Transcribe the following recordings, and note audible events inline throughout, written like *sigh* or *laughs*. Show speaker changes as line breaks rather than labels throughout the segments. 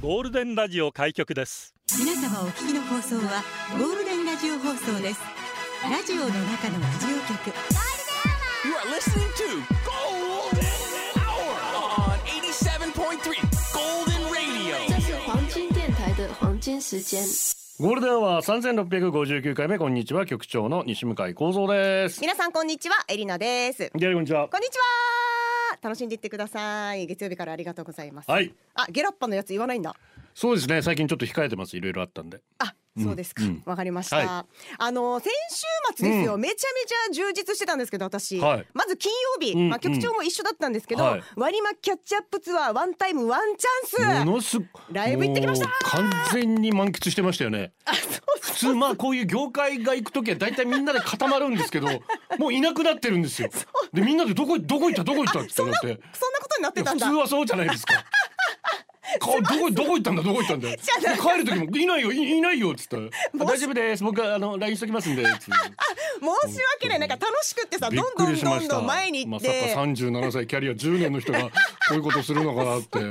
ゴールデンラジオ開局です
皆様お聞きの放送はゴールデンラジオ放送ですラジオの中のラジオ局
You are listening to Golden Hour on 87.3 Golden Radio.
这是黄金电台的黄金时间。
ゴールデンは三千六百五十九回目こんにちは局長の西向井光三です。
皆さんこんにちはエリナです
ギャルこんにちは。
こんにちは楽しんでいってください月曜日からありがとうございます
はい。
あゲラッパのやつ言わないんだ
そうですね最近ちょっと控えてますいろいろあったんで。
あそうですかわ、
うん
かりました、
は
あの先週末ですよ、めちゃめちゃ充実してたんですけど私、
はい
まず金曜日、
うん
まあ局長も一緒だったんですけど、
はい
割り巻きキャッチアップツアーワンタイムワンチャンス
ものすご
ライブ行ってきました
もう完全に満喫してましたよね。普通まあこういう業界が行くときは大体みんなで固まるんです
*laughs*
けど、もういなくなってるんですよ。でみんなでどこどこ行ったどこ行ったってなって。
そんなことになっ
い
て
や
たん
普通
だ
はそうじゃないです
*laughs*
か。かどこどこ行ったんだどこ行ったんだよ。で
じゃな
帰る時もいないよいいないよっつったらあ大丈夫です僕あのラインしときますんで。つって
申し訳ないなんか楽しくってさど
びっ
んど
く
ん
りしま
どん
した
どん前に行
ま
っ
さか
て、
37歳キャリア10年の
*laughs*
人がこういうことするのかなってち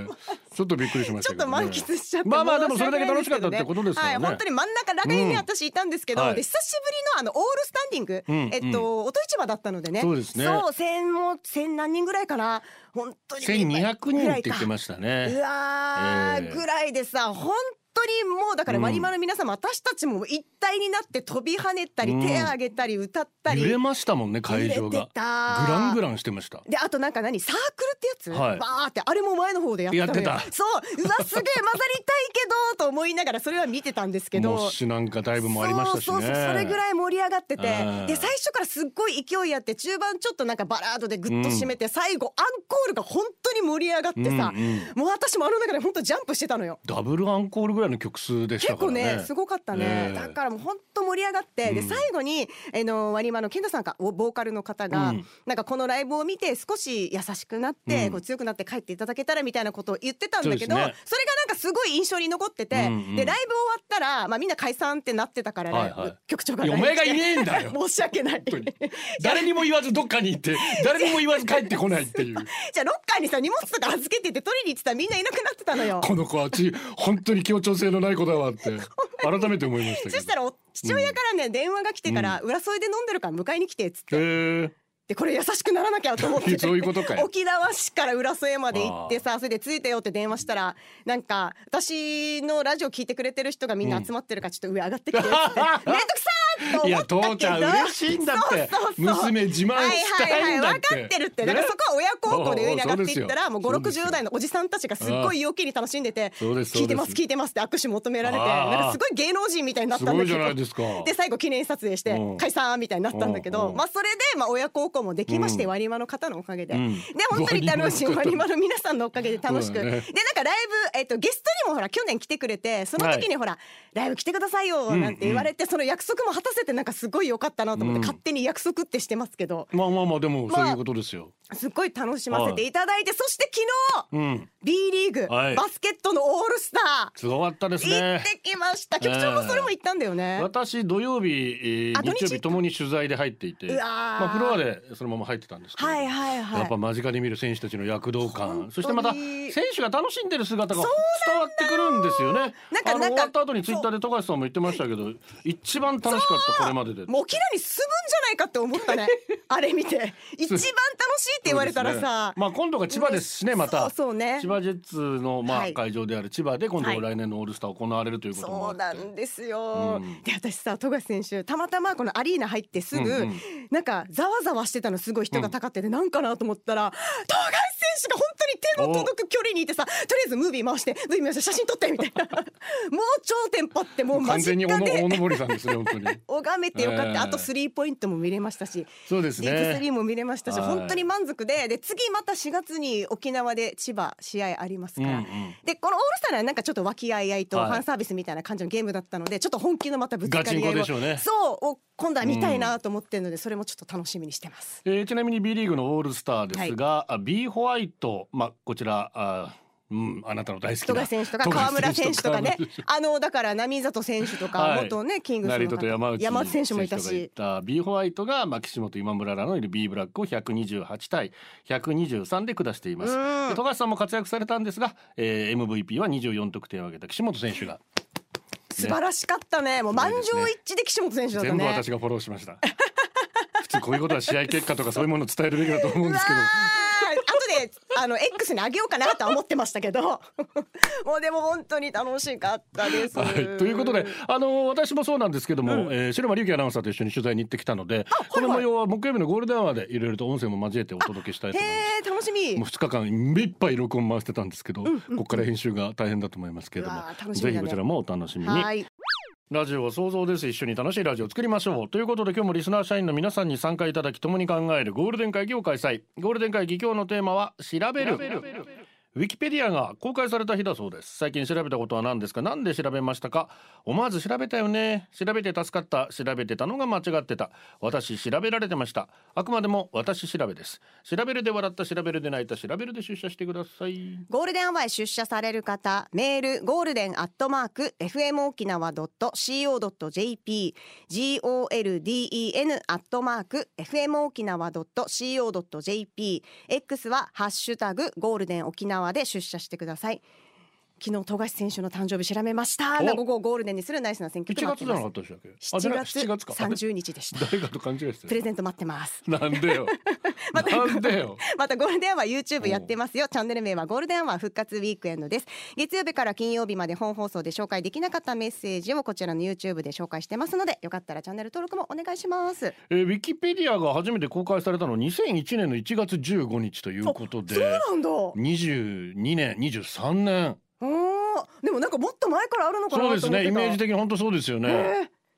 ょっとびっくりしまし
ち
た
ょっ
けど、ね、
と満喫しちゃって、
まあまあで
申
も
し
それだけ
訳ない
楽
で
し
す
かっ
ど
たってことですからね、
はい、本当に真ん中らへん
うん
に私いたんですけど、
はい
で久しぶりのあのオールスタンディング、
うん
えっと、音市場だったのでね。
そうですね
そう、千も千何人ぐらいかな、本当に。
1200人って言ってま
し
した
たう
ね
わー、
ええ
ぐらいでさ、本当にもうだから
うん
マリマの皆様、私たちも一体になって飛び跳ねたり、
うん
手上げたり歌ったり。
揺れましたもんね会場
揺れ
が
て
グ
た
ラングランしてました
であとなんか何サークルってやつ、
はい
バーってあれも前の方でやってたのよ
やってた
そううわすげえ混ざりたいけどと思いながらそれは見てたんです
*laughs*
けど
モッシュなんかだいぶもありましたしね
そうそうそうそれぐらい盛り上がってて、
うん
で最初からすっごい勢いあって中盤ちょっとなんかバラードでぐっと締めて、最後アンコールが本当に盛り上がってさ、
うんうん
もう私もあの中で本当ジャンプしてたのよ。
ダブルアンコールぐらいの曲数でした
結
か
構
らね
ねすごかったね、
ええ
だからもう本当盛り上がって、で
うん
最後にあの割り間の健太さんかおボーカルの方が、
うん
なんかこのライブを見て少し優しくなって、
うん
こう強くなって帰っていただけたらみたいなことを言ってたんだけど
そ
そ,、
う
れ
です
が
ね
なんかすごい印象に残ってて、
うんうん
でライブ終わったら、まあ、みんな解散ってなってたからね、
はいはい
局長が
いやお
LINE
前がいねえんだよ
*laughs* 申し訳ない。
本当に誰にも言わずどっかに行って誰にも言わず帰ってこないっていう
じゃあロッカーにさ荷物とか預けてって取りに行ってたらみんないなくなってたのよ。
*laughs* この子はち本当に協調性のない子だわって改めて思いましたけ
そ
ど。
したらお父親からね、電話が来てから「裏添いで飲んでるから迎えに来て」っつって、
へえ
でこれ優しくならなきゃと
*laughs*
思って
そういうことかよ
沖縄市から浦添まで行ってさそれで着いたよって電話したらなんか私のラジオ聞いてくれてる人がみんな集まってるからちょっと上上がってきてっつっ
*laughs*
てめんどくさーと
い
思
や
ったけど
父ちゃん嬉しいんだって
そうそうそう
娘自慢したいんだ
は
っ
いはいはい分
て
かってるってだから
ね
そこは親孝行で上に上がっていった
お
ら
うお
も
う
う
そう
5
ですよ
60代のおじさんたちがすっごい陽気に楽しんでて
そうです
聞いてま
そ
す
うです
聞いてますって握手求められて
ああああ
なんかすごい芸能人みたいになっ
す
たん
ご
だ
いじゃない
けど
ですか。
で最後記念撮影して
うん
解散みたいになったんだけ
うん
ど
うん
まあそれでまあ親孝行もできまして
うん
割り間の方のおかげで
う
で
ん
本当に楽しい
割
割
り
り
間
間の皆さんのおかげで楽しく
そうだ
でなん
ね
かライブえっとゲストにもほら去年来てくれてその時にほらライブ来てくださいよなんて言われてその約束も果たせてなんかすごい良かったなと思って
うん
勝手に約束ってしてますけど
まあまあまあでもそういうことですよ。
すっごい楽しませていただいてそして昨日
うん。
B リーグ
はい
バスケットのオールスタ
すごかったです
ー行
ね
っ。てきました局長もそれも行ったんだよね
私土曜日、えー
あ土日
日曜日ともに取材で入っていて、
うわー
まあフロアでそのまま入ってたんですけど。
はいはいはい
やっぱ間近で見る選手たちの躍動感そしてま
本
た
当に
選手が楽しんでる姿が伝わってくるんですよね
なん
あ
か
の
なん
終
か
わった後にツイッターで富樫さんも言ってましたけど一番楽しかったこれまでで
もうキラに住むんじゃないかって
*laughs*
思ったねあれ見て一番楽しいって言われた
そ
らさ、
うですねまあ今度が千葉ですしねまた
そうそうね
千葉ジェッツのま
は
あ
い
会場である千葉で今度
はい
来年のオールスター行われるということも
そ
あ
う
って
なんですよ、
うん
で私さ富樫選手たまたまこのアリーナ入ってすぐ、
うんうん
なんかざわざわしてたのすごい人が高ってて、なんかなと思ったら富樫選手が本当に手の届く距離にいてさとりあえずムービー回してムービー回して写真撮ってみた
*laughs*
いなもう超テンパってもう間
完
近
全におの
で
大登りさんですね本当に
拝めてよかった、
ええ
あとスリーポイントも見れましたし
そうです
ディープスリ
ね
ーも見れましたし、
はい
本当に満足でで次また4月に沖縄で千葉試合ありますから、
うんうん
でこのオールスターはなんかちょっと和気あいあいとフ
はい
ァンサービスみたいな感じのゲームだったので、ちょっと本気のまたぶつかり合
ガチ
い
ン
を
コでしょうね
そうを今度は見たいなと思ってるので、それもちょっと楽しみにしてます。
えーちなみに B リーグのオールスターですが、あ B ホワイトまあこちらあうん、あなたの大好き
富
な
樫選手とか川村選手とかね
富樫選手とか
あのだから波里選手とか
はい
元ねキングス
成
の
田と
方
山内
山内選手もいたし
がいた B ホワイトがまあ岸本今村らのいる B ブラックを128対123で下しています
うん
で富樫さんも活躍されたんですが、えー、MVP は24得点を挙げた岸本選手が
素晴らしかったねもう
すご
満
い
場
ですね
一致で岸本選手だった
全部
ね
私がフォローしました *laughs* 普通こういうことは試合結果とかそういうものを伝えるべきだと思うんです
*laughs*
けど
あとであの X にあげようかなとは思ってましたけど *laughs* もうでも本当に楽しかったです、
はい、ということで、あの私もそうなんですけども、えー白間隆樹アナウンサーと一緒に取材に行ってきたので、この模様は木曜日のゴールデンアワーでいろいろと音声も交えてお届けしたいと
へ
思います。
え楽しみ
もう2日間目いっぱい録音回してたんですけど、ここから編集が大変だと思いますけれど
う
も、
わー楽しみだ
ぜ
ね
ひこちらもお楽しみに。
はい
ラジオは想像です一緒に楽しいラジオを作りましょうということで今日もリスナー社員の皆さんに参加いただき共に考えるゴールデン会議を開催ゴールデン会議今日のテーマは調べるウィキペディアが公開された日だそうです最近調べたことは何ですかなんで調べましたか思わず調べたよね調べて助かった調べてたのが間違ってた私調べられてましたあくまでも私調べです調べるで笑った調べるで泣いた調べるで出社してください
ゴールデンアワーへ出社される方、メール、ゴールデンアットマーク、fmokinawa.co.jp、golden アットマーク、fmokinawa.co.jp、X は、ハッシュタグ、ゴールデン沖縄で出社してください。昨日、富樫選手の誕生日調べました。
お
午後をゴールデンにするナイスな選挙
1
となっ
月
て
じゃ
ま
なか
す
ったでしたっけあじゃ
7
な
月
7月か
30日でした。
誰かと勘違いして
プ
る
レゼント待ってます。
なんでよ
*laughs* また
なんでよ
*laughs* またゴールデンは YouTube やってますよチャンネル名はゴールデンは復活ウィークエンドです月曜日から金曜日まで本放送で紹介できなかったメッセージをこちらの YouTube で紹介してますのでよかったらチャンネル登録もお願いします
えーウィキペディアが初めて公開されたのは2001年の1月15日ということで
なんだお
22年23年
ーでもなんかもっと前からあるのかなと
そうで
思ってた
すねイメージ的に本当そうですよね、
えー、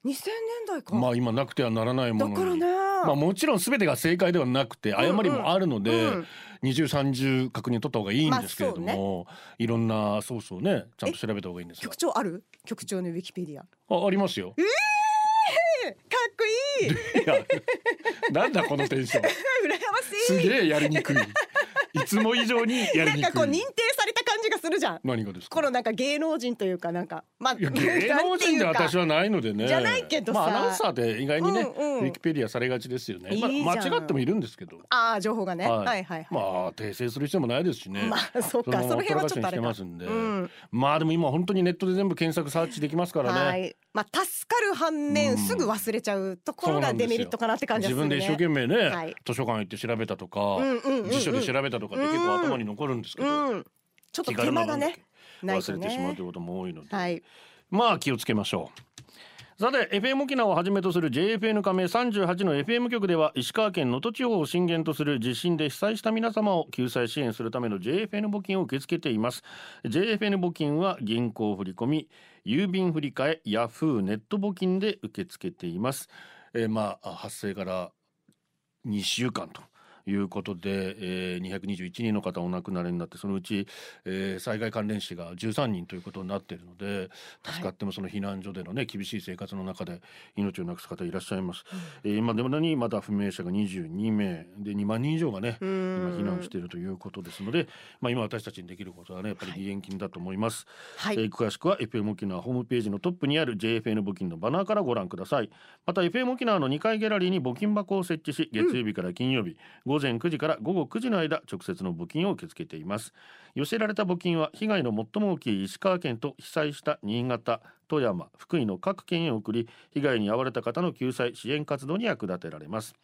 2000年代か、
まあ今なくてはならないも
だ
の
から
に
ね、
まあもちろん全てが正解ではなくて誤りもあるので、
うん
二重三重確認取った方がいいんですけれど
まあ
も、いろんなそうそうねちゃんと調べた方がいいんですよ
局長ある局長のウィキペディアか
あありますよ
っこいい羨
いや *laughs* なんだこのテンション
ますしい
げえやりにくいいつも以上にやり
なん
に
かこう
くい
認定された感じがするじゃん
何がですか
このなんか芸能人というかなんかまあ
いや芸
*laughs*
能人で私
は
はないのでね
じゃないけどさ
まあ、アナウンサーって意外にね、
うんうん
ウィキペディアされがちですよね
いいじゃん
まあ、間違ってもいるんですけど、
ああ情報がね、はい、はいはい、
まあ訂正する必要もないですしね、
まあそっか
まま
その辺はちょっとあれ
ほ
か
ったらかしにしてますんで、
うん
まあでも今本当にネットで全部検索サーチできますからね、
はいまあ助かる反面、
うん
すぐ忘れちゃうとこ
そう
ろ
な
が
んです
デ
よ
メリットかなって感じがす
自
る
分
ね
で一生懸命ね、
はい
図書館行って調べたとか、
んうんうんうん
辞書で調べたとかって結構頭に残るんですけど、
うんちょっと手間がねない
忘
と
れてしまう
ね
ということも多いので、
はい
まあ気をつけましょう。さて FM 沖縄をはじめとする JFN 加盟38の FM 局では石川県能登地方を震源とする地震で被災した皆様を救済支援するための JFN 募金を受け付けています JFN 募金は銀行振込郵便振替ヤフーネット募金で受け付けています、えーまあ発生から2週間ということで、えー、221人の方お亡くなりになってそのうち、えー災害関連死が13人ということになっているので助かってもその避難所でのね厳しい生活の中で命をなくす方いらっしゃいます、えー今でもにまだ不明者が22名で2万人以上がね今避難しているということですので、まあ、今私たちにできることはねやっぱり義援金だと思います、
はい
えー詳しくは FM 沖縄ホームページのトップにある JFN 募金のバナーからご覧くださいまた FM 沖縄の2階ギャラリーに募金箱を設置し月曜日から金曜日、午前9時から午後9時の間直接の募金を受け付けています寄せられた募金は被害の最も大きい石川県と被災した新潟富山福井の各県へ送り被害に遭われた方の救済支援活動に役立てられます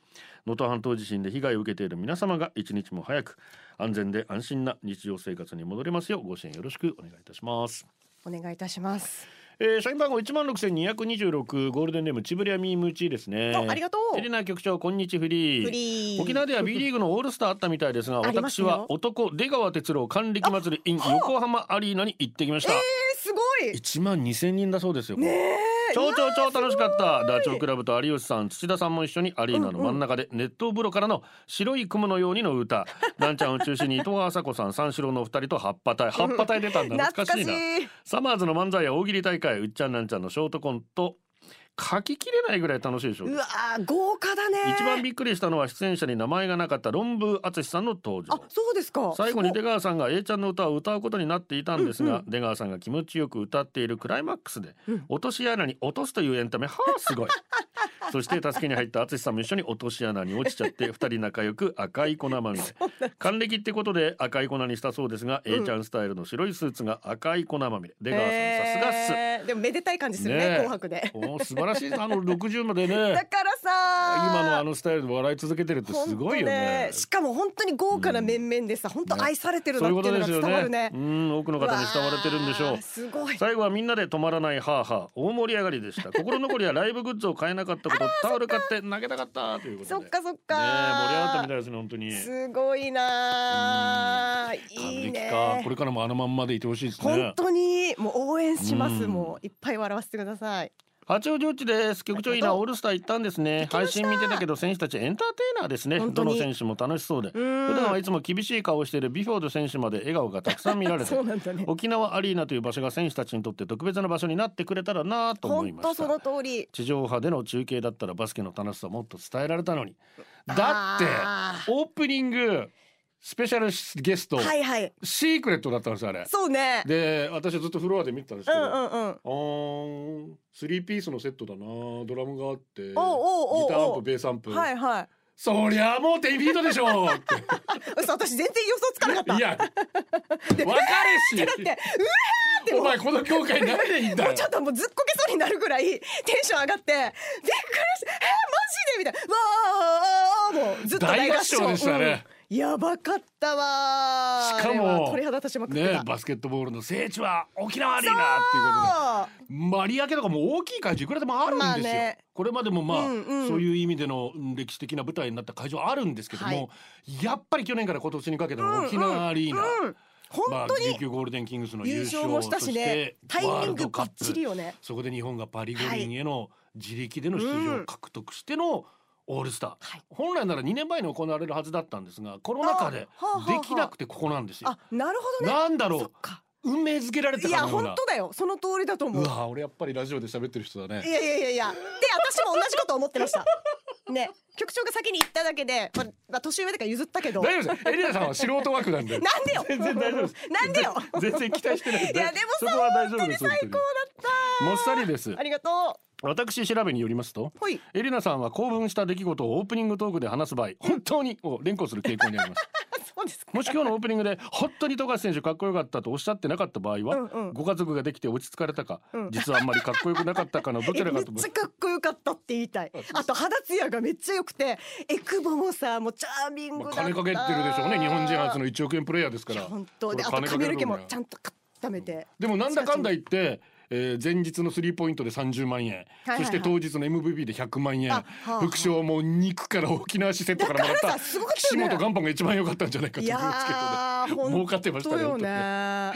能登半島地震で被害を受けている皆様が一日も早く安全で安心な日常生活に戻れますようご支援よろしくお願いいたします
お願いいたします、
えー、社員番号一万六千二百二十六ゴールデンネームチブリアミームーチーですね。
あありがとう
エレナ局長こんにちフリー。
フリー
沖縄では B リーグのオールスターあったみたいですが、
あります
私
よ
は男出川哲郎還暦祭り in 横浜アリーナに行ってきました。
えー、すごい
一万二千人だそうですよ。
ねえ
超超超楽しかったダチョウ倶楽部と有吉さん土田さんも一緒にアリーナの真ん中で熱湯風呂からの「白い雲のように」の
*laughs*
歌なんちゃんを中心に伊藤麻子さん三四郎のお二人と葉っぱ隊葉っぱ隊出たんだ
懐
懐
か
か
し
し
い
いなサマーズの漫才や大喜利大会うっちゃんなんちゃんのショートコント書ききれないぐらい楽しいでしょ
うわー豪華だね
一番びっくりしたのは出演者に名前がなかった論文敦さんの登
あ
場
そうですか
最後に出
す
川さんが A ちゃんの歌を歌うことになっていたんですが、
うんう
出川さんが気持ちよく歌っているクライマックスで、
うん
落とし穴に落とすというエンタメはあすご
*laughs*
いそして助けに入った淳さんも一緒に落とし穴に落ちちゃって二人仲良く赤い粉
*laughs*
まみれ還暦ってことで赤い粉にしたそうですが、
ん
A ちゃんスタイルの白いスーツが赤い粉まみれ出
ごい
川さんさすがっす
えーでもめでたい感じするね
ねえ
紅白で
おー素晴らしいですあの60まで
だ
ね
からさ
今のあのスタイルで笑い続けてるってすごいよね
本当しかも本当に豪華な面々でさ、本当愛されてる
そ
な
う
っ
いう
て
こ
い
と
う
で
の
す
が伝
よね
わるね
うん多くの方に慕われてるんでしょ
わ
う
ーすごい
最後はみんなで止まらないハーハー大盛り上がりで
*laughs*
した心残りはライブグッズを買えなかったことタオル買って投げたかったということで
そっかそっ
ねえ
か
盛り上がったみたいですね本当に
すごいなあいいね
還暦かこれからもあのまんまでいてほしいです
本
ね
当にもう応援します、
うん
もういっぱい笑わせてください
八王子地です局長いいなオールスター行ったんですね
きま
配
した
信見てたけど選手たちエンターテイナーですね
本当
ど
に
の選手も楽しそうで
う
普段は
ん
いつも厳しい顔をしているビュフォード選手まで笑顔がたくさん見られて
そうなんだね
沖縄アリーナという場所が選手たちにとって特別な場所になってくれたらなと思い
本
ま
当
し
そ
た
の通り
地上波での中継だったらバスケの楽しさをもっと伝えられたのにだって
あ
オープニングスペシャルゲスト、
ーはいはい
シークレットだったんですよあれ
そうね
で私はずっとフロアで見てたんです
う
け
ん
ど、
うんうん
あースリーピースのセットだなドラムがあって
おうおうおうおう
ギターアンプベースアンプ、
はいはい
そりゃもうテンフィートでし
*laughs*
ょって
嘘私全然予想つかなかった
いやわ
で
かるし
*laughs* だってうわーって
お前この業界何でいいんだ
も
よ
うちょっともうずっこけそうになるぐらいテンション上がってびっくりしたえー、マジでみたいなわーもうずっと大合唱
大合唱でしたね
うんやばかったわー
しかも
あれは鳥肌立ちまくって
ね
た、
バスケットボールの聖地は沖縄アリーナっていうことでマリアケとかも大きい会場いくらでもあるんですよ、
まあね
これまでもまあ、
うんうん
そういう意味でのうん歴史的な舞台になった会場あるんですけども、
はい
やっぱり去年から今年にかけて
うんう
の
ん
沖縄アリーナ、
うん本当
まあ、
に
GQ ゴールデンキングスの優
優
勝
勝もしたしね
そ
タ
してワ
イ
ー
ミン
ル
グ
ドカ
バ
ッ
ッ
プ
チリよね
そこで日本がパリ五輪への自力での出場を獲得してのオールスター、
はい
本来なら2年前に行われるはずだったんですがコロナ禍で
あはあはあ
できなくてここなんですよ。
あなるほどね
なんだろ
そっ
う
か
運命づけられた
い
か
や
のよう
本
な
当だよその通りだと思
う
う
わ俺やっぱりラジオで喋ってる人だね
いやいやいやいやで私も同じこと思ってましたね局長が先に言っただけで、まあまあ、年上だから譲ったけど
大丈夫ですエリナさんは素人枠なんで
なんでよ。
全然大丈夫です
*laughs* なんでよ。
全然期待してない
いやでも
そこは大丈夫です最高だったもっさりです
ありがと
私調べによりますと
う。ほい。
エリナさんは興奮した出来事をオープニングトークで話す場合本当にを連呼する傾向にあります
あそうですか。
もし今日のオープニングで本当に富樫選手かっこよかったとおっしゃってなかった場合は、
うんうん
ご家族ができて落ち着かれたか、
うん
実はあんまりかっこよくなかったかのどち
え
ら
*laughs* め
か
っ
と思
ちゃかっこよかったって言いたいあと肌ツヤがめっちゃ良くてエクボもさもうチャーミン
ま
グだ
あ
った、
金かけてるでしょうね日本人初の1億円プレイヤーですか
いや
ら
本当であ
これ金
と
かけ
髪の毛
る部
も
分
ちゃんと固めて
でもなんだかんだ言って、えー前日のスリーポイントで30万円、
はいはい
そして当日の MVP で100万円、
あはあはあ
副賞も肉から沖縄市セットからもらっ
だか
た
らさすごかった
岸
よね
本元本が一番良かったんじゃないかと
い
いう
や
付け
ー
で儲かってましたね
本当よ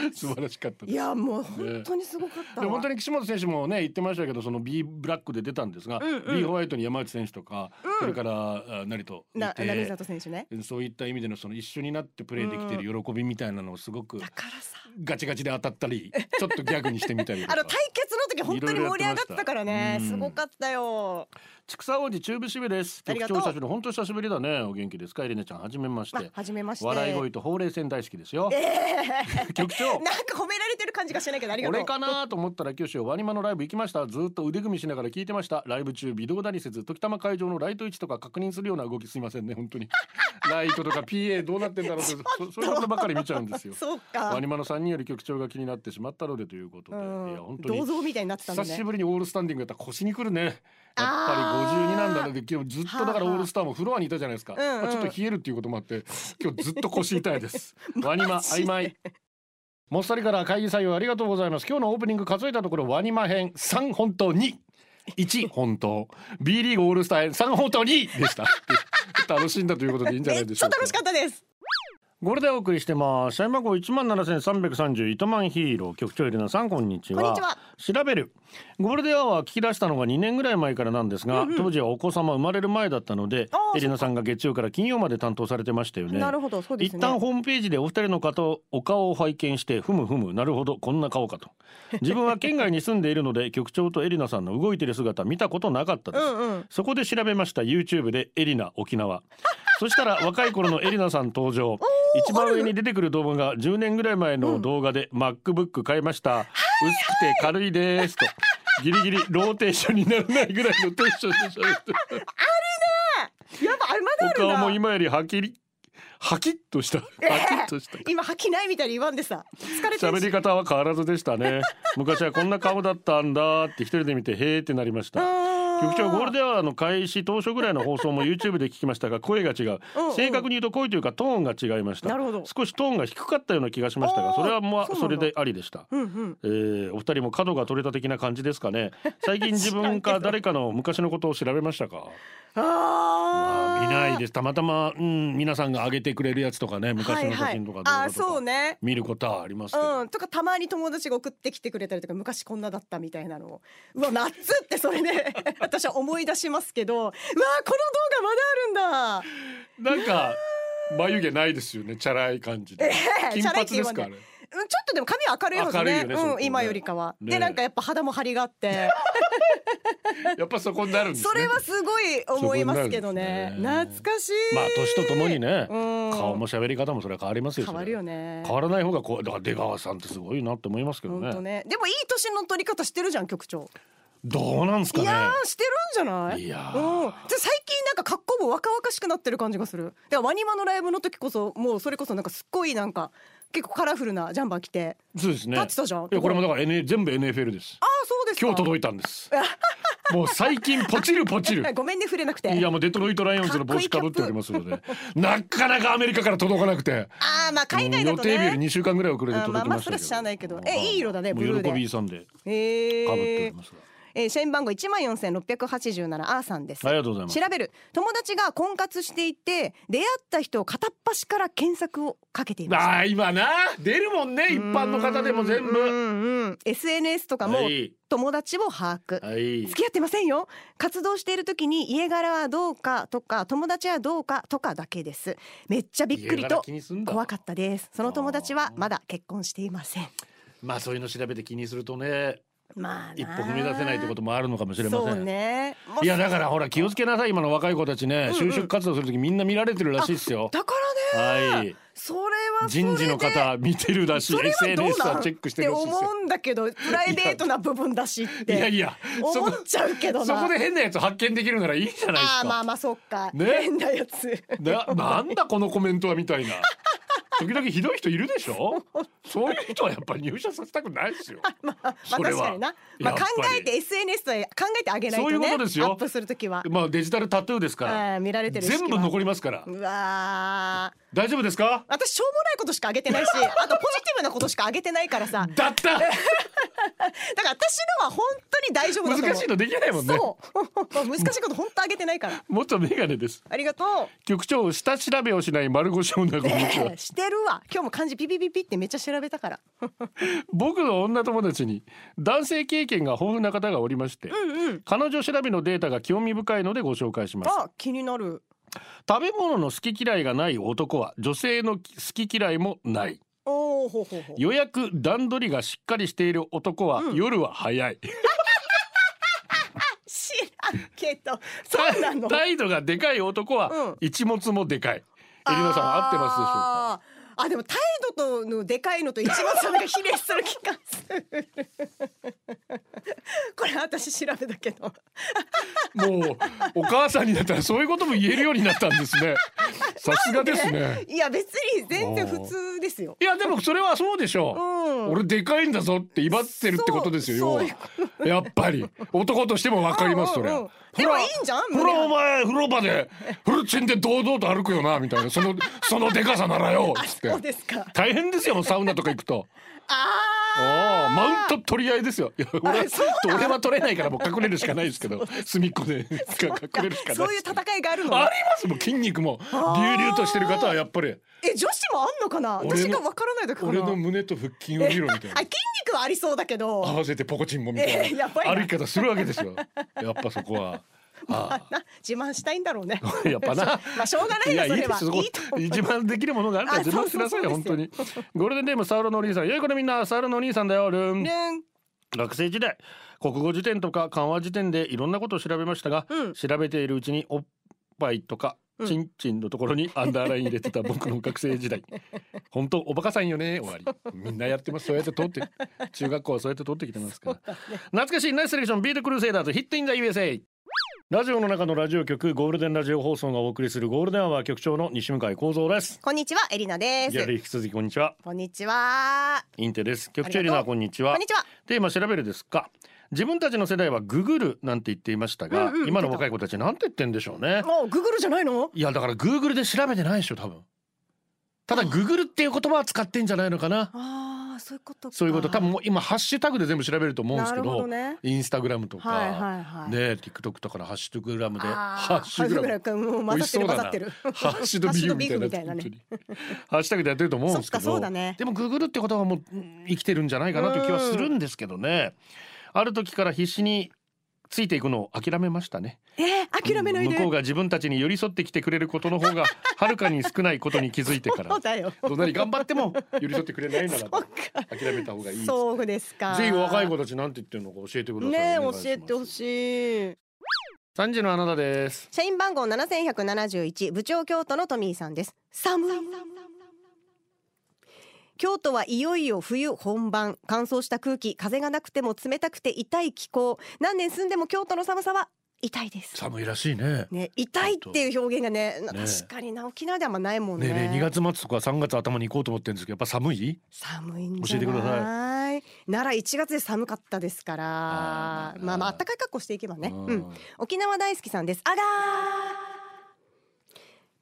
ね
で *laughs* 素晴らしかった
い
です。
やもう本当にすごかった
で
わ
本当に岸本選手もね言ってましたけどその B ブラックで出たんですが、
うんうん
B ホワイトに山内選手とか、それからあ成とい
な
て
成里選手ね
そういった意味でのその一緒になってプレーできてる喜びみたいなのをすごく
だからさ
ガチガチで当たった
*laughs*
りちょっとギャグにしてみたりと
あ
か
の対決の時本当に盛り上がってたからね
いろい
す
ろや
ご
ってました
かったよ
千草王子中部支部です。局
ありがとう
長久しぶり、本当久しぶりだね。お元気ですか、エリネちゃん、はじめまし
まあ
て。
初めまして
笑い声とほうれい線大好きですよ。
*laughs*
局長。
なんか褒められてる感じがしないけどありがとう
俺かなと思ったら清志ワニマのライブ行きましたずっと腕組みしながら聞いてましたライブ中微動だにせず時たま会場のライト位置とか確認するような動きすいませんね本
*laughs*
当にライトとか PA どうなってんだろうってそそういうことばっかり見ちゃうんですよ
そうか
ワニマの3人より局長が気になってしまったのでということで、
うん
いや本当に
銅像みたいになってたんだ
久し
ね
ぶりにオールスタンディングやったら腰にくるねやっ
あ
ぱ
ー
り52なんだねで今日ずっとだから
はあはあ
オールスターもフロアにいたじゃないですか、
うんうん
まあちょっと冷えるっていうこともあって今日ずっと腰痛いです
*laughs*
ワニマ曖昧もっさりから会議採用ありがとうございます今日のオープニング数えたところワニマ編3本当に1本当 B リーグオールスター編3本当にでした楽しんだということでいいんじゃ
め
な
っ
いで
ち
しょ
ゃ
うか
楽しかったです
ゴールデンお送りしてます。社員番号一万七千三百三十糸満ヒーロー局長エレナさんこんにちは。
こんにちは
調べる。ゴールデンアワー聞き出したのが2年ぐらい前からなんですが、当時はお子様生まれる前だったので
あー、
エレナさんが月曜から金曜まで担当されてましたよね。
なるほどそうですね
一旦ホームページでお二人の方をお顔を拝見してふむふむなるほどこんな顔かと自分は県外に住んでいるので局長とエリナさんの動いてる姿見たことなかったです、
うんうん
そこで調べました YouTube でエリナ沖縄 *laughs* そしたら若い頃のエリナさん登
*laughs*
場一番上に出てくる動画が10年ぐらい前の動画で MacBook 買いました、薄くて軽いです
*laughs*
とギリギリローテーションにならないぐらいのテンションで喋って
やっぱあれまだあ
お
*laughs* るな
顔も今よりはっきりはきっと
*laughs*
したはきっとした
今吐きないみたいに言わんでさ疲れてる
喋
し
り方は変わらずでしたね昔はこんな顔だったんだって一人で見てへーってなりました局長ゴール
デ
デンアワーの開始当初ぐらいの放送も YouTube で聞きましたが声が違う
うんうん
正確に言うと声というかトーンが違いました
なるほど
少しトーンが低かったような気がしました
あ
が
ー
それはまあ
そうな
そ
んだ
れでありでした
うんうん
えーお二人も角が取れた的な感じですかね最近
*laughs*
自分か誰かの昔のことを調べましたか
あ
あ見
あ
ないですすたまたま、うん、皆さんが上げてくれるやつとかね昔の写真とか動画とか、
あーそうね
見ることはありますけど、
うん、とかたまに友達が送ってきてくれたりとか昔こんなだったみたいなのをうわ夏ってそ
*laughs*
れで私は思い出しますけどうわーこの動画まだある
な
ん
んか眉毛ないですよねチャラい感じで、
ええ
金髪です
チャ
か
ラいって言わ
あれ
だ、うん、ちょっとでも髪は明るいはず
明るい
ね
よね相当
う
ね
ん、今よりかは、
ね
でなんかやっぱ肌も張りがあって
やっぱそこになるんですね
それはす
*laughs*
ごい思いますけどね
そこになるんですね
懐かしい
まあ年とともにね、
うん
顔も喋り方もそれは変わりますよ
変わるよね
変わらない方がこうだから出川さんってすごいなって思いますけど
本当
ね
ねでもいい年の取り方してるじゃん局長、
どうなんですか
い
ね
やーしてるんじゃない
いやー
うん、で最近なんか格好も若々しくなってる感じがするだからワニマのライブの時こそもうそれこそなんかすっごいなんか結構カラフルなジャンバー着て
そうですね
立ってたじゃん
いやこれもだから、N、全部 NFL です
ああそうですか
今日届いたんです
*laughs*
もう最近ポチるポチる
ごめんね触れなくて
いやもうデトロイトライオンズの帽子かぶっておりますのでなかなかアメリカから届かなくて
ああまあ海外だとね
うん予定日より2週間ぐらい遅れて
あま
届
あ
き
ま
ま
あ
したけど
それは知らないけどえいい色だね
も
ブルー
う
で
喜びさんで
え
被ってお
え
りますが
えー、社員番号一万四千六百八十七あーさんです。
ありがとうございます
調べる友達が婚活していて出会った人を片っ端から検索をかけていました。
ああ今な出るもんね一般の方でも全
うん
部
うんうん、SNS とかも
はい
友達を把握、
はい
付き合ってませんよ活動している時に家柄はどうかとか友達はどうかとかだけですめっちゃびっくり
家柄
と
気にすんだ
怖かったですその友達はまだ結婚していません
まあそういうの調べて気にするとね
まあな
一歩踏み出せないってこともあるのかもしれませ
そうんねもう
いやだからほら気をつけなさい今の若い子たちね就職活動する時みんな見られてるらしいですよ
だからね、
はい
それはそれで
人事の方見てるらしい
それはどう
SNS
なん
は
っ
チェックして
て
るらしい
思
ですよ
うんだけどプライベートな部分だしっ
いや
て
いやそ
思
こ
っちゃうけどな
そこで変なやつ発見できるならいいじゃないです
ああまあ
か。
まあそっか、
ね
変なやつ
ななんだこのコメントはみたいな。時々ひどい人いるでし
*laughs*
ょ。そういう人はやっぱ入社させたくないですよ。
*laughs* まあ、まあ
それは
確かにな、まあ、
やっ
考
ぱり
えて SNS で考えてあげない
そ
とね
ういうことですよ
アップするときは、
*laughs* まあデジタルタトゥーですから。
あー見られてる意識
全
は
部残りますから。
うわー
大丈夫ですか。
私しょうもないことしかあげ
*laughs*
てないしあとポジティブなことしかあげてないからさだ
だ
か
っ
*laughs*
た。
ら私のは本当に大丈夫だと思う
難しいのできないもんね。
そう *laughs* 難しいこと本当あげてないから
もっとメガネです。
ありがとう
局長下調べをしない丸腰女こんにちは
ええ *laughs* してるわ今日も漢字ピピピピってめっちゃ調べたから
僕の女友達に男性経験が豊富な方がおりまして、彼女調べのデータが興味深いのでご紹介します
あ気になる
食べ物の好き嫌いがない男は女性の好き嫌いもない
おおほうほうほう
予約段取りがしっかりしている男は夜は早い、
知らんけどそう
*laughs*
なの
態度がでかい男
うん
は一物もでかい、エリノさん合ってますでしょうか
あーあでも態度とのでかいのと一番それが比例する気がする *laughs* これ私調べたけど
もうお母さんになったらそういうことも言えるようになったんです
*laughs*
ねさすがですね
いや別に全然普通ですよ
いやでもそれはそうでしょう、
うん
俺でかいんだぞって威張ってるってことですよ要
そう
はやっぱり男としても分かります
う
そ
んうん
れ
うんでもいいんじゃん
ほらお前風呂場で風呂チンで堂々と歩くよなみたいなそのそのでかさならよっつっ
そう
て
ですか
大変ですよもうサウナとか行くと
あ
ああマウント取り合いですよ。いや俺は
あそう
俺は取れないからもう隠れるしかないですけ
*laughs*
ど、隅っこで隠れるしかない。
そういう戦いがあるの
ありますもん筋肉も
あー
隆々としてる方はやっぱり
え女子もあんのかな
俺の
私がわからないだけかな
俺の胸と腹筋を見ろみたい
あ
な
筋。肉はありそうだけど
合わせてポコチンもみた
え
いな
やばいな
歩き方するわけですよ。やっぱそこ
*laughs*
は。あ
な自慢したいんだろ
*laughs*
うね
あやっぱな。
まあしょうがないい
や
ない *laughs* そ
い
れ
で
は
すそこ
いいと思う
一番できるものがあるから
あ
自慢しなさいよ
そう
本
そ
当
うそうで
にゴールデンネームサウロのお兄さんよいこのみんなサウロのお兄さんだよルン
ルーン
学生時代国語辞典とか漢和辞典でいろんなことを調べましたが、
うん
調べているうちにおっぱいとか
うん
チンチンのところにアンダーライン入れてた僕の学生時
*laughs*
代本当おバカさんよね終わりみんなやってますそうやって通って中学校はそうやって通ってきてますから、懐かしいナイスセレクションビートクルーセイダーズヒットインザ USA ラジオの中のラジオ局ゴールデンラジオ放送がお送りするゴールデンアワー局長の西向井光三です
こんにちはエリナで
ギャ
す
リー引き続きこんにちは
こんにちは
インテです局長
あ
エ
り
リ
がと
ナ
う
こんにちは
こんにちは
テーマ調べるですか自分たちの世代はググるなんて言っていましたが、
うんうん
今の
言ってた
若い子たちなんて言ってんでしょうね
あググルじゃないの
いやだからグーグルで調べてないでしょ多分ただググるっていう言葉は使ってんじゃないのかな
ああそういうことか
そういうこと多分もう今ハッシュタグで全部調べると思うんですけど
なるほどね
インスタグラムとか、
はいはいはい
ね TikTok とかのハッシュグラムで
あー
ハッシュグラム
ハッシュグラムもう
美
混ざ
味
っ
してそ
る
うだ
混
な
ざってる *laughs*
ハッシュドビーフみたいな
ハッシュ
本当
ドビーフみ
にハッシュタグでやってると思うんですけど
そっかそうだね
でもグーグルって言葉もうん生きてるんじゃないかなという気はするんですけどねある時から必死についていくのを諦めましたね
えー、諦めないで
向こうが自分たちに寄り添ってきてくれることの方がはるかに少ないことに気づいてか
*laughs* そ
ら
うだよ
どんなに頑張っても寄り添ってくれないなら
そ
ば
うか
諦めた方がいいです
そうですか
ぜひ若い子たちなんて言ってるのか教えてください
ねえ
お願
教
いします
えてほしい
三時のあなたです
社員番号七千百七十一部長京都のトミーさんです。寒い。京都はいよいよ冬本番乾燥した空気風がなくても冷たくて痛い気候何年住んでも京都の寒さは痛いです
寒いらしいね
ね痛いっていう表現がねな
ね
確かにな沖縄ではあんまないもん
ね
ね
えねえ2月末とか3月頭に行こうと思ってるんですけどやっぱ寒い
寒いんじゃ
教えてくだ
ない奈良1月で寒かったですから
あー
まあまあ暖かい格好していけばね
うん
うん沖縄大好きさんですあらー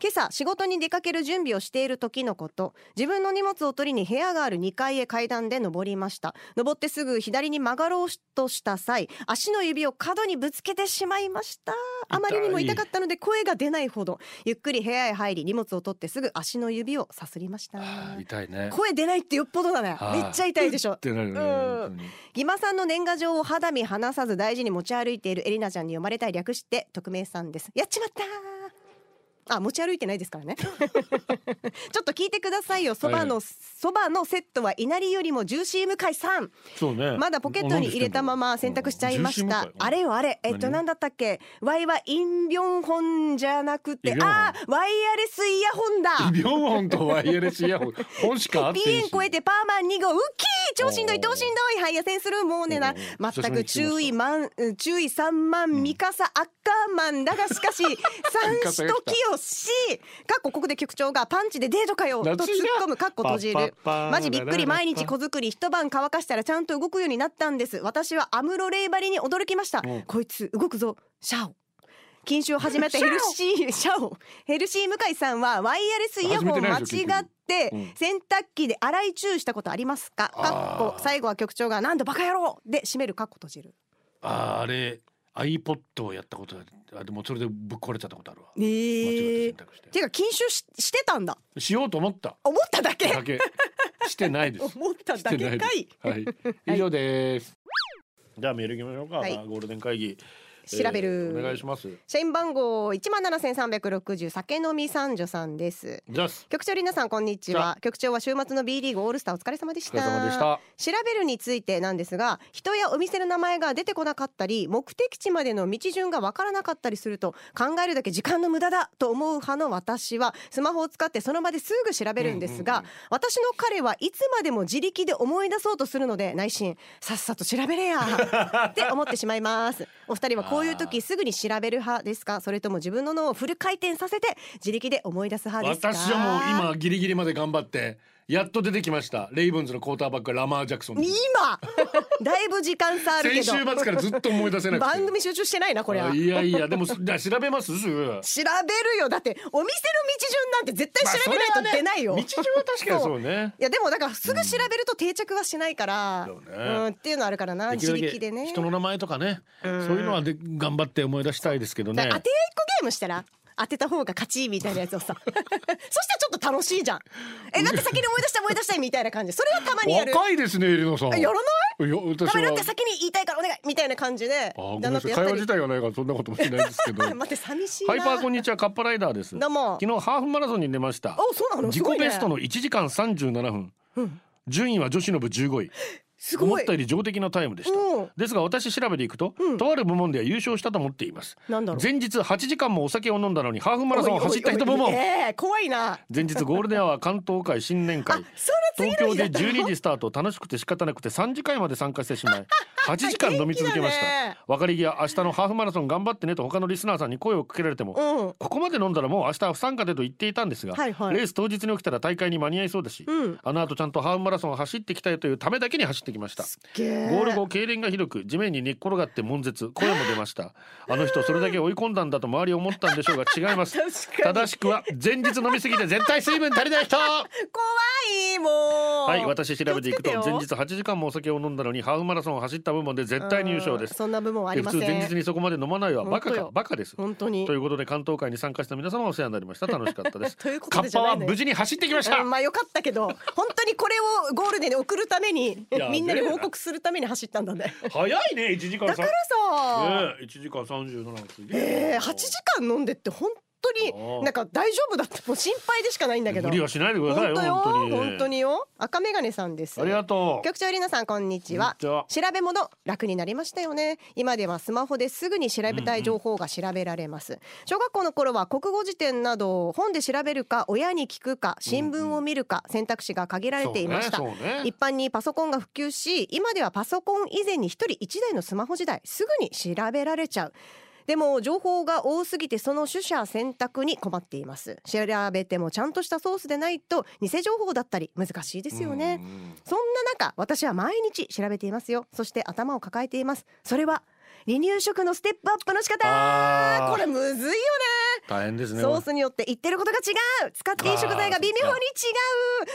今朝仕事に出かける準備をしている時のこと自分の荷物を取りに部屋がある2階へ階段で登りました登ってすぐ左に曲がろうとした際足の指を角にぶつけてしまいましたあまりにも痛かったので声が出ないほどゆっくり部屋へ入り荷物を取ってすぐ足の指をさすりました
あー痛いね
声出ないってよっぽどだね
は
め
い
っちゃ痛いでし
っ
ょ
てなるよね
うん
本当に
ギマさんの年賀状を肌身離さず大事に持ち歩いているエリナちゃんに読まれたい略して匿名さんですやっちまったーあ持ち歩いてないですからね *laughs* ちょっと聞いてくださいよそば
は
のそばのセットは稲荷よりもジューシー向井さん
そうね
まだポケットに入れたまま洗濯しちゃいまし
う
た
ん。
あれよあれ、えっと、
何
なんだったっけ。ワイはインビョンホンじゃなく
イ
て
ン、ビョンホン
あーワイヤレスイヤホンだ。
イビョンホンとワイヤレスイヤ
*laughs*
ホン本しかあってんし
ピエン超えてパーマン2号ウッキー超しんど
お
い
ー
超しんどいはい野戦するもうね
お
な
ー
全く注
久しぶりに聞き
意満うん注意3万ミカサアッカーマンだがしかし三種ときよしかっこここで局長がパンチでデートかよと突っ
懐かしいな
込むかっこ閉じる
パッパッパ
マジびっくり毎日小作り一晩乾かしたらちゃんと動くようになったんです私はアムロレイバリに驚きました
お
こいつ動くぞシャオ禁酒を始めたヘルシーシャオヘルシー向井さんはワイヤレスイヤホン間違
始めてないでしょ結
っ
局
って
うん
洗濯機で洗い中したことありますか？か
あー
っこ最後は局長がなんだバカ野郎で閉めるかっこ閉じる。
あーあれ iPod をやったことあでもそれでぶっ壊れちゃったことあるわ
え
間違って
ー
選。択して
てか禁酒ししてた
*laughs*
んだ。
しようと思った
思っただけ。
だけしてないです
思っただけかい。
はい以上ですじゃあメール行きましょうか、
はい
まあゴールデン会議
調べる
えーお願いします
社員番号一万七千三百六十酒飲み三女さんです。
じゃあす
局長リナさんこんにち
じゃ
は。局長は週末の B リーグオールスターお疲れ様でし
お疲れ様でした
調べるについてなんですが人やお店の名前が出てこなかったり目的地までの道順がわからなかったりすると考えるだけ時間の無駄だと思う派の私はスマホを使ってその場ですぐ調べるんですが、
うんうんうん
私の彼はいつまでも自力で思い出そうとするので内心さっさと調べれや
*laughs*
って思ってしまいますお二人はこういう
あー
時すぐに調べる派ですかそれとも自分の脳をフル回転させて自力で思い出す派ですか
私はもう今ギリギリまで頑張ってやっと出てきましたレイブンズのクォーターバックラマー・ジャクソンです
今 *laughs* だいぶ時間差あるけ
先
ど
週末からずっと思い出せなくて
番組集中してないなこれは
あ
調べ
いやいやでもすじゃあ調べますすぐ
るよだってお店の道順なんて絶対調べないと出ないよ、
まあそれはね道順は確かにそうね
いやでもだからすぐ調べると定着はしないから、
そう
う
ね
んっていうのあるからな
でき
自
るだ
力で
け
ね
人の名前とかねそういうのはで頑張って思い出したいですけど
だ
ね
から当て合いっこゲームしたら当てた方が勝ちみたいなやつ
*laughs*
をさそしたらちょっと楽しいじゃんえだって先に思い出した思い出 *laughs* したいみたいな感じそれはたまにやる
若いですねエリノさん
あやらない
いや私
ダメだっ
は
て先に言いたいからお願いみたいな感じで
あごめ
だ
んな
んだ
んさ
と
い
やっ
会
た
話
り
自体はないからそんなこともしないですけど
あ待って寂 *laughs* しいな
ハイパーこんにちはカッパライダーです
どうも
昨日ハーフマラソンに出ました
おそうなのす
自
ごい
己
ね
ベストの1時間37分、順位は女子の部15位
す
思
ご
っ
い
たより上出来なタイムでした、
うん
ですが私調べていくと、
うん
とある部門では優勝したと思っています
なんだろう
前日8時間もお酒を飲んだのにハーフマラソンを走った人部
おいおいお
門
いええ怖いな
前日ゴールデンアワー関東会新年
*laughs* あ
会
その
東
次
京で
の日だったの
12時スタート楽しくて仕方なくて3時間まで参加してしま
*laughs*
い8時間飲み続けまし
元気だね
た別れ際明日のハーフマラソン頑張ってねと他のリスナーさんに声をかけられても、
うん
ここまで飲んだらもう明日は不参加でと言っていたんですが、
はいはい
レース当日に起きたら大会に間に合いそうだし、
うん
あの後ちゃんとハーフマラソンを走ってきたいというためだけに走ってきました
ゲー
ゴール後痙攣がひどく地面に寝っ転がって悶絶声も出ましたあの人それだけ追い込んだんだと周り思ったんでしょうが違います
*laughs* 確かに
正しくは前日飲みすぎて絶対水分足り
*laughs*
ない人
怖いもう
はい私調べていくと
気をつけ
前
てよ
日8時間もお酒を飲んだのにハーフマラソンを走った部門で絶対入賞で
うん
す
そんな部門はあり
普
ま
通
せん
前日にそこまで飲まないはバカ
本当
か
よ
バカです
本当に
ということで関東会に参加した皆様お世話になりました楽しかったです
*laughs* ということ
カ
で
ッ
じ
パ
ゃな
はい
のよ
無事に走ってきました
うんまあよかったけど本当にこれをゴールデンで送るために
や
みんなに報告するために走ったん
*laughs*
だね
早いね1時間
だからさ、
ねえ1時間37すげ
えー、8時間飲んでって本当
あ
に
ー
なんか大丈夫だってもう心配でしかないんだけど
無理はしないでください
本
よ
当
本
よ
当に
本当によ赤眼鏡さんです
ありがとう
局長エリナさんこんにちは
こんに
調べ物楽になりましたよね今ではスマホですぐに調べたい情報が調べられます、小学校の頃は国語辞典などを本で調べるか親に聞くか新聞を見るか選択肢が限られていました、
そうねそうね
一般にパソコンが普及し今ではパソコン以前に一人一台のスマホ時代すぐに調べられちゃうでも情報が多すぎてその取捨選択に困っています調べてもちゃんとしたソースでないと偽情報だったり難しいですよね、そんな中私は毎日調べていますよそして頭を抱えていますそれは離乳食のステップアップの仕
あ
方
ー
これむずいよね
大変ですね
ソースによって言ってることが違う使っていい食材が微妙に違う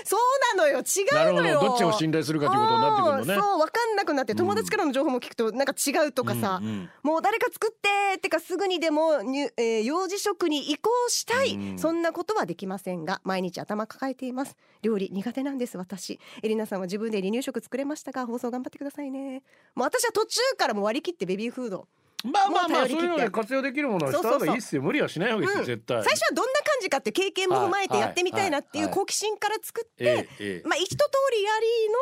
そうなのよ違
なる
う
ほ
のよ
どどっちを信頼するかということになってくるのね
うんそう分かんなくなって友達からの情報も聞くとなんか違うとかさ、
うんうん
もう誰か作ってってかすぐにでもにゅ、えー幼児食に移行したい、
うん
そんなことはできませんが毎日頭抱えています料理苦手なんです私エリナさんは自分で離乳食作れましたが放送頑張ってくださいねもう私は途中からもう割り切ってベビーフード
まあまあま
も
あ
う頼り
そう
切
い
って
うので活用できるものはした
そ
方
うそ
が
うそう
いいっすよ無理はしない方がいいですよ
う
*laughs*
ん
絶対
最初はどんな感じかって経験も踏まえて
はい
やってみたいなっていう
はい
好奇心から作って、
ええええ
まあ一通りや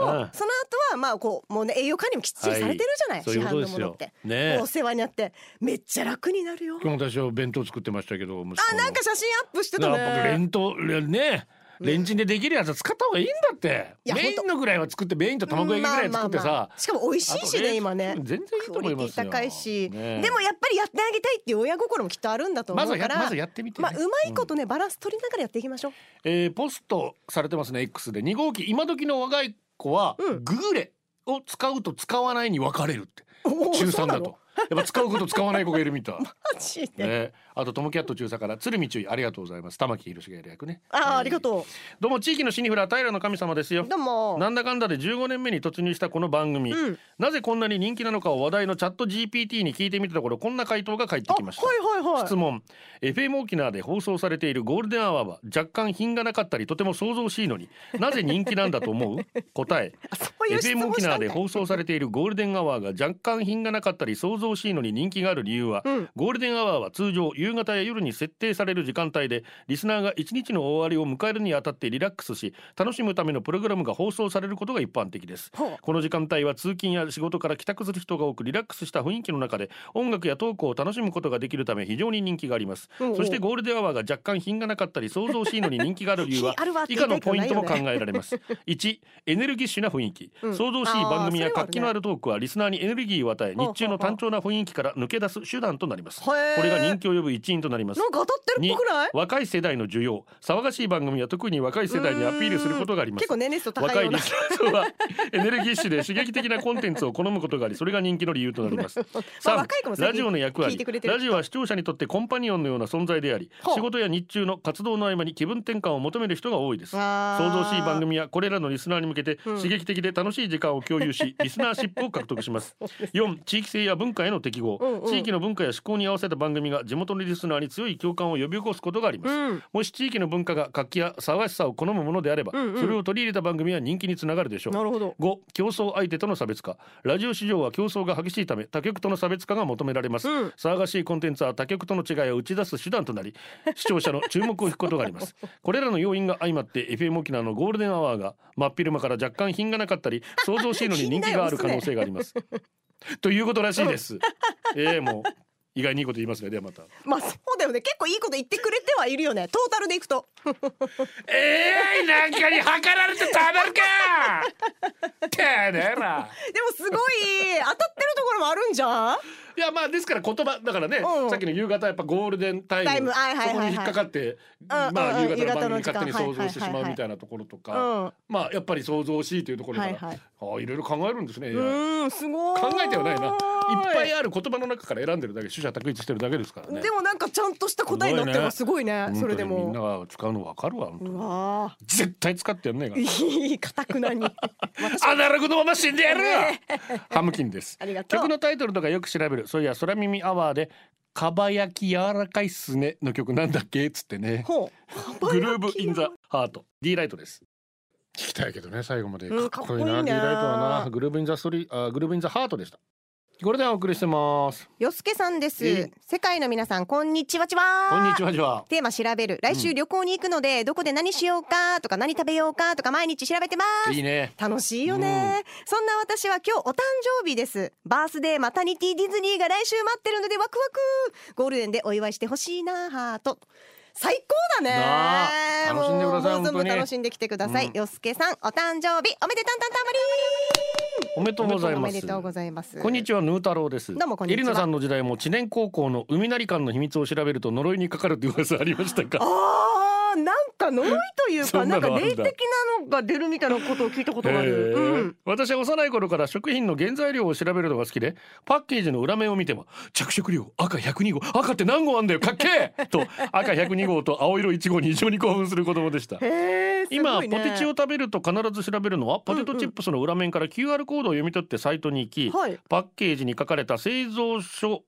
りの、
うん
その後はまあこうもうね栄養管理もきっちりされてるじゃない、
はいそう
市
いうこと
販
で
の
す
も
よ
のって、
ねえ
お世話になってめっちゃ楽になるよ
今日私は弁当作ってましたけど息子
あなんか写真アップしてた
だから僕レ
ね
ントレねレンチンでできるやつは使った方がいいんだって
いや
メインのぐらいは作ってメインと卵焼きぐらい作ってさ、
まあまあまあしかも美味しいし
あと
ね
ね
今ね
全然いいと思いますよ
クオリティ高いし、
ねえ
でもやっぱりやってあげたいっていう親心もきっとあるんだと思
ま
う
ずは
か
や
ら
まずやってみて、ね
まあうまいことね、バランス取りながらやっていきましょう
えーポストされてますね X で2号機今時の若い子は、
うん
グーレを使うと使わないに分かれるって
おー
中
そう
3
な
だ
の
とやっぱ使うこと使わない子がいるみたい
*laughs* マジで、
ね、あとトムキャット中佐から鶴見注意ありがとうございます玉木宏がやる役ね
ああありが
う
と
どうも地域のシニフラ平の神様ですよ
うどうも
なんだかんだで15年目に突入したこの番組、
うん
なぜこんなに人気なのかを話題のチャット GPT に聞いてみたところこんな回答が返って
あ
きました、
はいはいはい
質問 FM 沖縄で放送されているゴールデンアワーは若干品がなかったりとても想像しい
*laughs*
のになぜ人気なんだと思う答え
あそういう質
FM
問
沖
した
縄
んだ
で放送されているゴールデンアワーが若干品がなかったり想像しいのに人気がある理由は、
うん
ゴールデンアワーは通常夕方や夜に設定される時間帯でリスナーが一日の終わりを迎えるにあたってリラックスし楽しむためのプログラムが放送されることが一般的です
ほう
この時間帯は通勤や仕事から帰宅する人が多くリラックスした雰囲気の中で音楽やトークを楽しむことができるため非常に人気があります
うんうん
そしてゴールデンアワーが若干品がなかったり想像しいのに人気がある理由は
品あるわって
以
言
下
*laughs* いた
の
いけど
ポイントも考
ないよね
えられ
*laughs*
ます1エネルギッシュな雰囲気
うん
想像しい番組や
あーそれはあるね
活気のあるトークはリスナーにエネルギーを与え
ほうほうほう
日中の単調なな雰囲気から抜け出す手段となりますこ
へー
れが人気を呼ぶ一因となります
なんか当たってるっぽくない
若い世代の需要騒がしい番組は特に若い世代にアピールすることがあります
結構年齢層高
若い
いよ
うリ
な
スナー層はエネルギッシュで刺激的なコンテンツを好むことがありそれが人気の理由となります
まあ
三
若い子も最
ラ
近
ジオの役
聞い
割
てくれてる
ラジオは視聴者にとってコンパニオンのような存在であり
ほう
仕事や日中の活動の合間に気分転換を求める人が多いです
あー
想像しい番組やこれらのリスナーに向けて刺激的で楽しい時間を共有
*laughs*
し、リスナーシップを獲得します4地域性や文化への適合、
うんうん
地域の文化や思考に合わせた番組が地元のリスナーに強い共感を呼び起こすことがあります、
うん
もし地域の文化が活気や騒がしさを好むものであれば、
うんうん
それを取り入れた番組は人気につながるでしょう
なるほど
5競争相手との差別化ラジオ市場は競争が激しいため他局との差別化が求められます、
うん
騒がしいコンテンツは他局との違いを打ち出す手段とな
*laughs*
り視聴者の注目を引くことがありますこれらの要因が相まって FM 沖縄のゴールデンアワーが真っ昼間から若干品がなかったり想像しいのに人気がある可能性があります
*laughs*
ということらしいです、ええもう意外にいいこと言いますねではまた
まあそうだよね結構いいこと言ってくれてはいるよねトータルでいくと
えー、なんかに計られてたまるかてめえら
でもすごい当たってるところもあるんじゃん
いやまあですから言葉だからね、
うん
さっきの夕方やっぱゴールデンタイム
タイムはいはいはい
そこ
はい
に引っかかって、
うんうん
まあ夕方の番組
夕方の時間
勝手に想像して
は
し
い
ま
はいはいは
う
い
みたいなところとか、
うん
まあやっぱり想像しいというところから、
はいはい
ああいろいろ考えるんですね、
う
AI
ーんすごい
考えてはないないっぱいある言葉の中から選んでるだけ取捨択一してるだけですからね
でもなんかちゃんとした答えになってるのすごいねそれで
本当にみんな
も
が使うの分かるわ本当に
うわ
絶対使ってやんねえか
ーいいかたく
*laughs*
なに
らアナログのまま死んでやるよハムキンです
ありがとう
曲のタイトルとかよく調べるそういや空耳アワーで「かばやき柔らかいっすね」の曲なんだっけっつってね
ほ
グルーブインザハート D ライトです聞きたいけどね最後まで
うん
かっこいい
か
な
っこ
D
いい
ラ
な
イトはなグルーブインザストリあグルーブインザハートでしたこれではお送りしてます
うよすけさんです、
え
世界の皆さんこんにちはちは
こんにちはじわ
テーマ調べる来週旅行に行くので、どこで何しようかとか何食べようかとか毎日調べてます
いいね
楽しいよね、そんな私は今日お誕生日ですバースデーマタニティディズニーが来週待ってるのでワクワクゴールデンでお祝いしてほしいなハート最高だ
な
ね
あ楽しんでください
もうも
本当
う
に
存分楽しんできてください、
うん
よすけさんお誕生日おめでたんたんたんまり
おめでとうござい
お
ま
めですとうございます
こんにちはヌー太郎です
どうもこんにちは
エリナさんの時代も知念高校の海なり館の秘密を調べると呪いにかかるって噂ありましたか
あーなんか呪いという
そ
か
ん
な
なんの
か
あるんだ
霊的なのが出るみたいなことを聞いたことがある、
へー
うん
私は幼い頃から食品の原材料を調べるのが好きでパッケージの裏面を見ても着色料赤102号赤って何号あんだよかっけえと赤102号と青色1号に異常に興奮する子供で
*laughs*
した
へーす
今
ご
ポ
いね
テチを食べると必ず調べるのはポテトチップスの裏面から QR コードを読み取ってサイトに行き、
はい
パッケージに書かれた製造所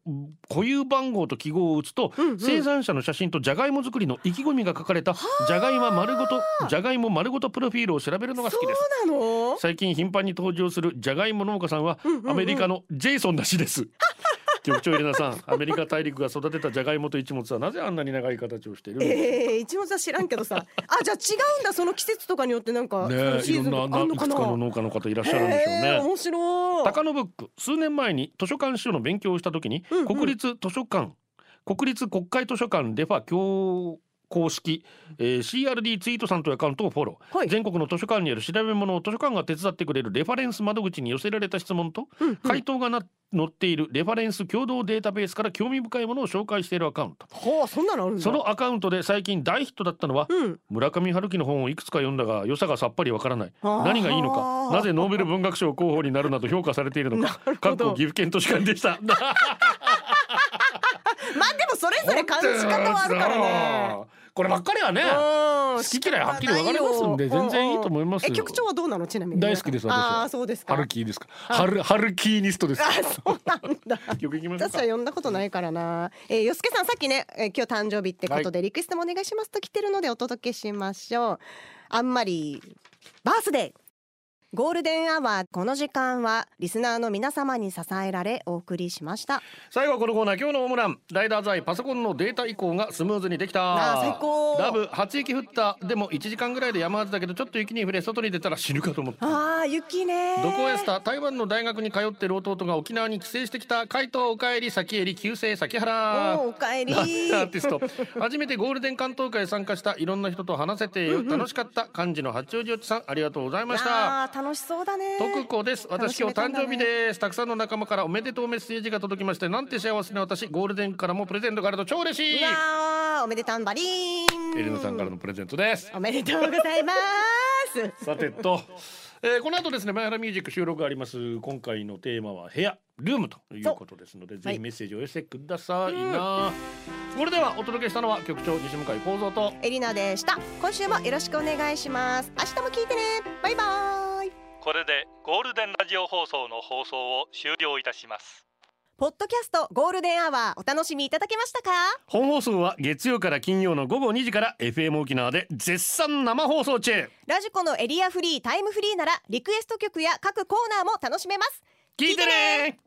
固有番号と記号を打つと、
うんうん
生産者の写真とじゃがいも作りの意気込みが書かれたじゃがいも丸ごとじゃがいも丸ごとプロフィールを調べるのが好きです
そうなの
最近頻繁に登場するジャガイモ農家さんはアメリカのジェイソンだしです。 *laughs* 局長エレナさん、アメリカ大陸が育てたジャガイモと一物はなぜあんなに長い形をしているのか。
ええ一応さ知らんけどさあじゃあ違うんだその季節とかによってなんか、そ
ね
の
え、
シ
い
ーズン
ろ
と
ん
か
な
あ
な
んの
い
か
つ
な
かの農家の方いらっしゃるんでしょう
ええ
ね。
面白い
高野ブック数年前に図書館史の勉強をした時に、
うんうん
国立図書館国立国会図書館レファ教公式、えー CRD ツイートさんというアカウントをフォロー、
はい
全国の図書館にある調べ物を図書館が手伝ってくれるレファレンス窓口に寄せられた質問と、
うんうん
回答がな載っているレファレンス共同データベースから興味深いものを紹介しているアカウント
はあそんなのあるんだ
そのアカウントで最近大ヒットだったのは、
うん
村上春樹の本をいくつか読んだが良さがさっぱりわからない
あー
何がいいのかなぜノーベル文学賞候補になるなど評価されているのか
ほ
か
ど
っこ岐阜県都市館でした
*laughs* まあでもそれぞれ感じ方はあるからね
こればっかりはね
好
好き嫌いはっきり分かれますんで全然いいと思いますよ
え局長はどうなのちなみに
大好きです私は
ああそうですか
春樹ですか春春キーニストです
あそうなんだ
よく行きましょう
私
か
は呼んだことないからな、えー、よすけさんさっきね、えー今日誕生日ってことでリクエストもお願いしますと来てるのでお届けしましょうあんまりバースデーゴールデンアワーこの時間はリスナーの皆様に支えられお送りしました
最後はこのコーナー今日のオムランライダーズアイパソコンのデータ移行がスムーズにできた
あー最高
ラブ初雪降ったでも1時間ぐらいで山はずだけどちょっと雪に触れ外に出たら死ぬかと思った
あー雪ね
どこへスタ台湾の大学に通っている弟が沖縄に帰省してきた海東おかえり先えり旧姓先原
おーおかえり
ラアーティスト初めてゴールデン関東会参加したいろんな人と話せてよ楽しかった幹事の八王子おちさんありがとうございました
あー楽しそうだね
徳子です
楽
私
し
今
め
日
た
誕
んだね
生日ですたくさんの仲間からおめでとうメッセージが届きましてなんて幸せな私ゴールデンからもプレゼントがあると超嬉しいう
わーおめでたんばりーん
エリノさんからのプレゼントです
おめでとうございます
さてと、えーこの後ですね、マイハラミュージック収録があります。今回のテーマは部屋、ルームということですので、ぜ
は
ひ
い
メッセージをお寄せくださいな。これではお届けしたのは局長西向井光三と。
エリナでした今週もよろしくお願いします明日も聞いてねバイバーイ
これでゴールデンラジオ放送の放送を終了いたします
ポッドキャストゴールデンアワーお楽しみいただけましたか
本放送は月曜から金曜の午後2時から FM 沖縄で絶賛生放送中。
ラジコのエリアフリータイムフリーならリクエスト曲や各コーナーも楽しめます
聞いてね